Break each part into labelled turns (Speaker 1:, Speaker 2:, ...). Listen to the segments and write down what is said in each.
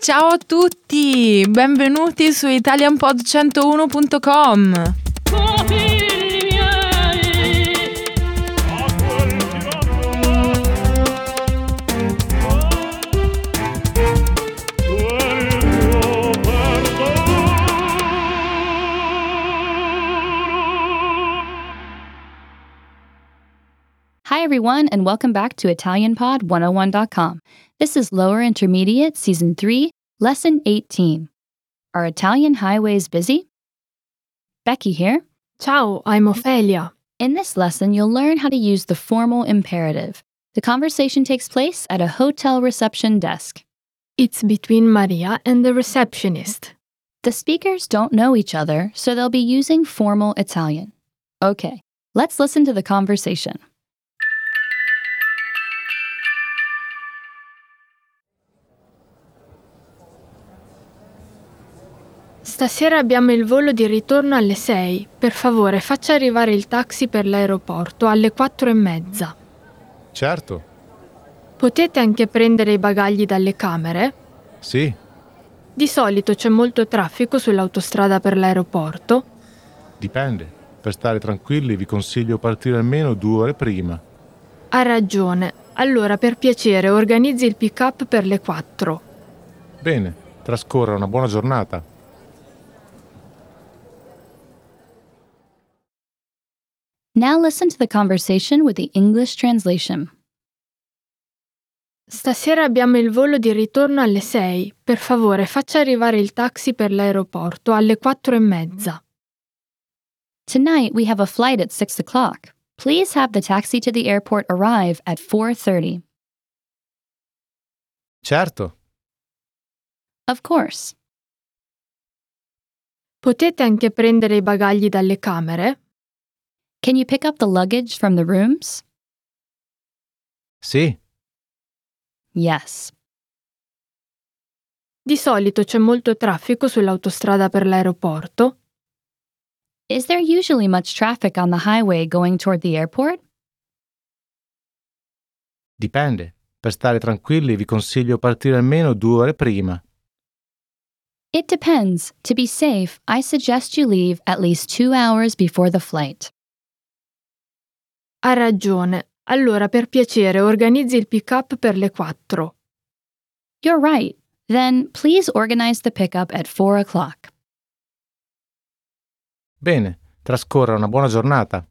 Speaker 1: Ciao a tutti, benvenuti su italianpod101.com.
Speaker 2: Hi, everyone, and welcome back to ItalianPod101.com. This is Lower Intermediate, Season 3, Lesson 18. Are Italian highways busy? Becky here.
Speaker 3: Ciao, I'm Ophelia.
Speaker 2: In this lesson, you'll learn how to use the formal imperative. The conversation takes place at a hotel reception desk.
Speaker 3: It's between Maria and the receptionist.
Speaker 2: The speakers don't know each other, so they'll be using formal Italian. Okay, let's listen to the conversation.
Speaker 3: Stasera abbiamo il volo di ritorno alle 6. Per favore, faccia arrivare il taxi per l'aeroporto alle 4 e mezza.
Speaker 4: Certo,
Speaker 3: Potete anche prendere i bagagli dalle camere?
Speaker 4: sì,
Speaker 3: Di solito c'è molto traffico sull'autostrada per l'aeroporto.
Speaker 4: dipende. Per stare tranquilli vi consiglio di partire almeno due ore prima.
Speaker 3: Ha ragione. Allora, per piacere, organizzi il pick-up per le 4.
Speaker 4: Bene, trascorra una buona giornata.
Speaker 2: Now listen to the conversation with the English translation.
Speaker 3: Stasera abbiamo il volo di ritorno alle 6. Per favore, faccia arrivare il taxi per l'aeroporto alle 4 e mezza.
Speaker 2: Tonight we have a flight at 6 o'clock. Please have the taxi to the airport arrive at 4:30.
Speaker 4: Certo,
Speaker 2: Of course.
Speaker 3: Potete anche prendere i bagagli dalle camere?
Speaker 2: Can you pick up the luggage from the rooms?
Speaker 4: sì,
Speaker 2: Yes.
Speaker 3: Di solito c'è molto traffico sull'autostrada per l'aeroporto.
Speaker 2: Is there usually much traffic on the highway going toward the airport?
Speaker 4: dipende. Per stare tranquilli vi consiglio di partire almeno due ore prima.
Speaker 2: It depends. To be safe, I suggest you leave at least 2 hours before the flight.
Speaker 3: Ha ragione. Allora, per piacere, organizzi il pick-up per le 4.
Speaker 2: You're right. Then please organize the pickup at 4 o'clock.
Speaker 4: Bene, trascorra una buona giornata.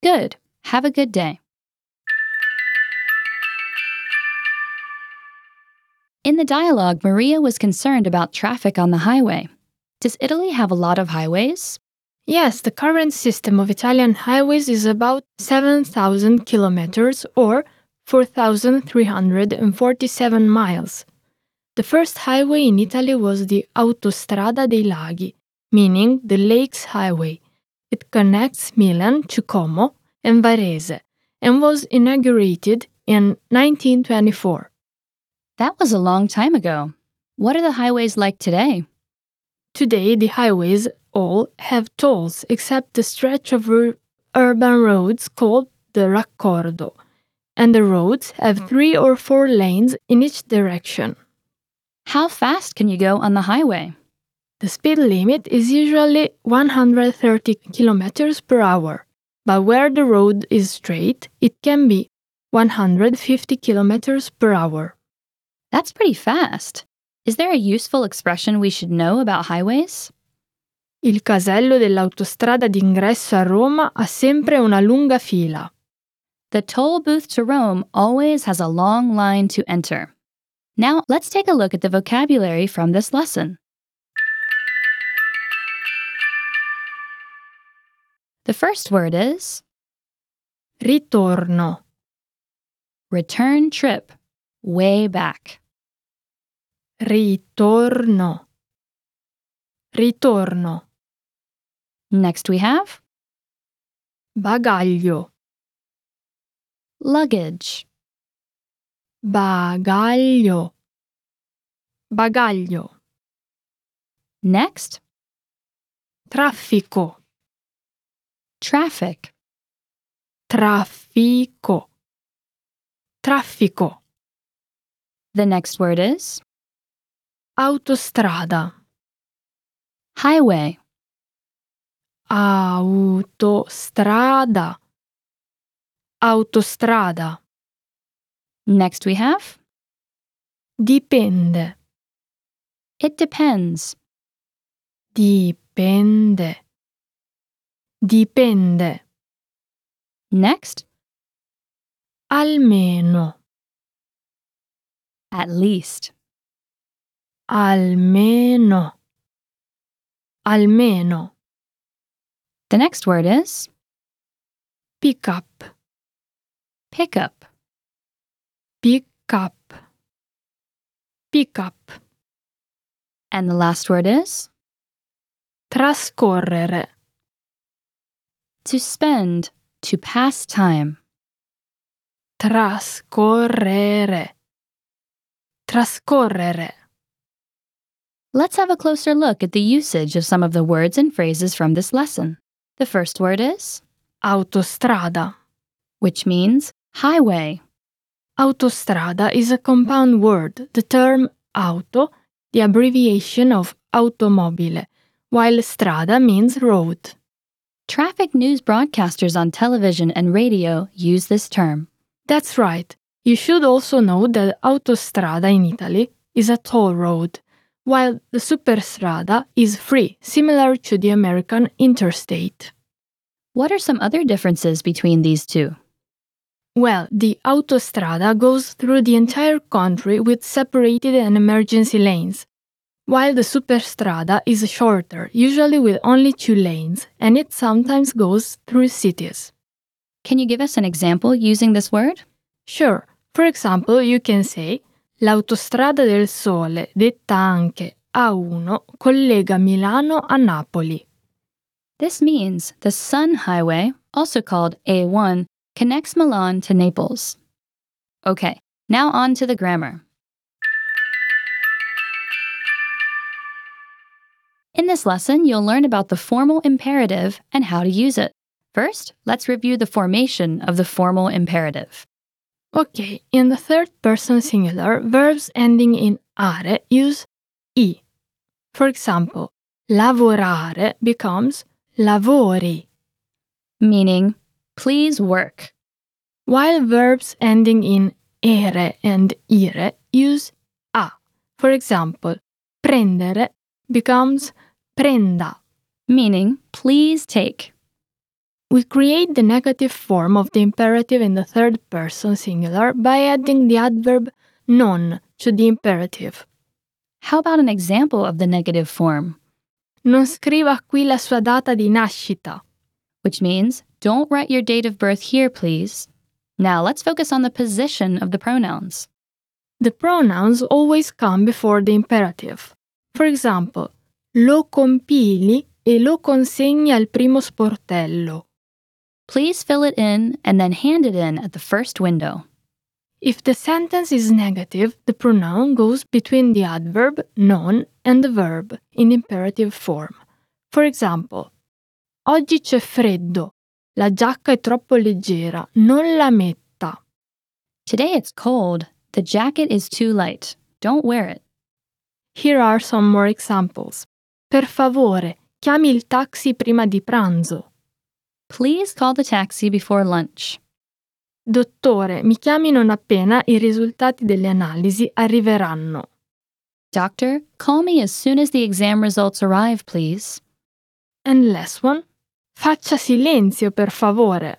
Speaker 2: Good. Have a good day. In the dialogue, Maria was concerned about traffic on the highway. Does Italy have a lot of highways?
Speaker 3: Yes, the current system of Italian highways is about 7,000 kilometers or 4,347 miles. The first highway in Italy was the Autostrada dei Laghi, meaning the Lakes Highway. It connects Milan to Como and Varese and was inaugurated in 1924.
Speaker 2: That was a long time ago. What are the highways like today?
Speaker 3: Today, the highways all have tolls except the stretch of ur- urban roads called the Raccordo, and the roads have three or four lanes in each direction.
Speaker 2: How fast can you go on the highway?
Speaker 3: The speed limit is usually 130 kilometers per hour, but where the road is straight, it can be 150 kilometers per hour.
Speaker 2: That's pretty fast. Is there a useful expression we should know about highways?
Speaker 3: Il casello dell'autostrada d'ingresso a Roma ha sempre una lunga fila.
Speaker 2: The toll booth to Rome always has a long line to enter. Now, let's take a look at the vocabulary from this lesson. The first word is
Speaker 3: Ritorno.
Speaker 2: return trip, way back.
Speaker 3: Ritorno. Ritorno.
Speaker 2: Next, we have
Speaker 3: Bagaglio.
Speaker 2: luggage,
Speaker 3: Bagaglio. Bagaglio.
Speaker 2: next,
Speaker 3: Traffico.
Speaker 2: traffic,
Speaker 3: Traffico. Traffico.
Speaker 2: The next word is
Speaker 3: Autostrada.
Speaker 2: Highway.
Speaker 3: Autostrada. Autostrada.
Speaker 2: Next we have
Speaker 3: Dipende.
Speaker 2: it depends.
Speaker 3: Dipende. Dipende.
Speaker 2: Next,
Speaker 3: Almeno.
Speaker 2: at least.
Speaker 3: Almeno. Almeno.
Speaker 2: The next word is
Speaker 3: Pick up.
Speaker 2: pick up.
Speaker 3: Pick up. Pick up.
Speaker 2: And the last word is
Speaker 3: Trascorrere.
Speaker 2: to spend, to pass time.
Speaker 3: Trascorrere. Trascorrere.
Speaker 2: Let's have a closer look at the usage of some of the words and phrases from this lesson. The first word is,
Speaker 3: Autostrada.
Speaker 2: which means highway.
Speaker 3: Autostrada is a compound word. The term auto, the abbreviation of automobile, while strada means road.
Speaker 2: Traffic news broadcasters on television and radio use this term.
Speaker 3: That's right. You should also know that autostrada in Italy is a toll road, while the superstrada is free, similar to the American interstate.
Speaker 2: What are some other differences between these two?
Speaker 3: Well, the autostrada goes through the entire country with separated and emergency lanes, while the superstrada is shorter, usually with only two lanes, and it sometimes goes through cities.
Speaker 2: Can you give us an example using this word?
Speaker 3: Sure, for example, you can say L'autostrada del Sole, detta anche A1, collega Milano a Napoli.
Speaker 2: This means the Sun Highway, also called A1, connects Milan to Naples. Okay, now on to the grammar. In this lesson, you'll learn about the formal imperative and how to use it. First, let's review the formation of the formal imperative.
Speaker 3: Okay, in the third person singular, verbs ending in are use i. For example, lavorare becomes lavori,
Speaker 2: meaning please work.
Speaker 3: while verbs ending in ere and ire use a. For example, prendere becomes prenda.
Speaker 2: meaning please take.
Speaker 3: We create the negative form of the imperative in the third person singular by adding the adverb non to the imperative.
Speaker 2: How about an example of the negative form,
Speaker 3: Non scriva qui la sua data di nascita.
Speaker 2: which means don't write your date of birth here, please. Now let's focus on the position of the pronouns.
Speaker 3: The pronouns always come before the imperative. For example, lo compili e lo consegni al primo sportello.
Speaker 2: Please fill it in and then hand it in at the first window.
Speaker 3: If the sentence is negative, the pronoun goes between the adverb non and the verb in imperative form. For example, Oggi c'è freddo. La giacca è troppo leggera. Non la metta.
Speaker 2: Today it's cold. The jacket is too light. Don't wear it.
Speaker 3: Here are some more examples. Per favore, chiami il taxi prima di pranzo.
Speaker 2: Please call the taxi before lunch.
Speaker 3: Dottore, mi chiami non appena i risultati delle analisi arriveranno.
Speaker 2: Doctor, call me as soon as the exam results arrive, please.
Speaker 3: And last one. Faccia silenzio, per favore.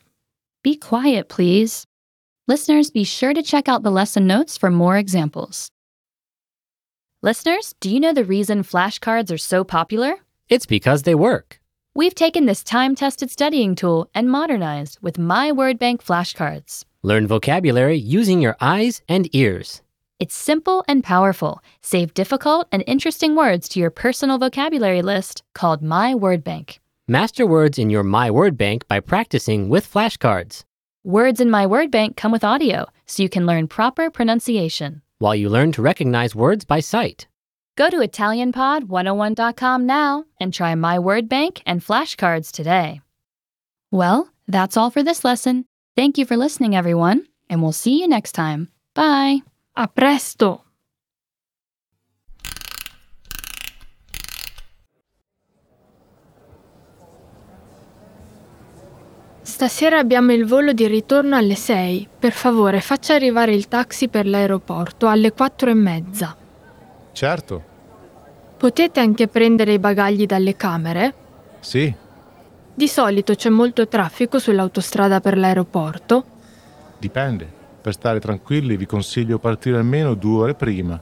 Speaker 2: Be quiet, please. Listeners, be sure to check out the lesson notes for more examples. Listeners, do you know the reason flashcards are so popular?
Speaker 5: It's because they work.
Speaker 2: We've taken this time tested studying tool and modernized with My Word Bank flashcards.
Speaker 5: Learn vocabulary using your eyes and ears.
Speaker 2: It's simple and powerful. Save difficult and interesting words to your personal vocabulary list called My Word Bank.
Speaker 5: Master words in your My Word Bank by practicing with flashcards.
Speaker 2: Words in My Word Bank come with audio, so you can learn proper pronunciation.
Speaker 5: While you learn to recognize words by sight,
Speaker 2: Go to ItalianPod101.com now and try My Word Bank and flashcards today. Well, that's all for this lesson. Thank you for listening, everyone, and we'll see you next time. Bye.
Speaker 3: A presto! Stasera abbiamo il volo di ritorno alle 6. Per favore, faccia arrivare il taxi per l'aeroporto alle 4 e mezza.
Speaker 4: Certo,
Speaker 3: Potete anche prendere i bagagli dalle camere?
Speaker 4: sì,
Speaker 3: Di solito c'è molto traffico sull'autostrada per l'aeroporto.
Speaker 4: dipende. Per stare tranquilli vi consiglio partire almeno due ore prima.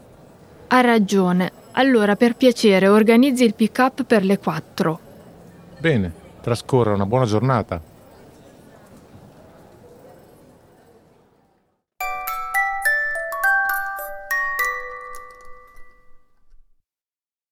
Speaker 3: Ha ragione. Allora, per piacere, organizzi il pick-up per le 4.
Speaker 4: Bene, trascorra una buona giornata.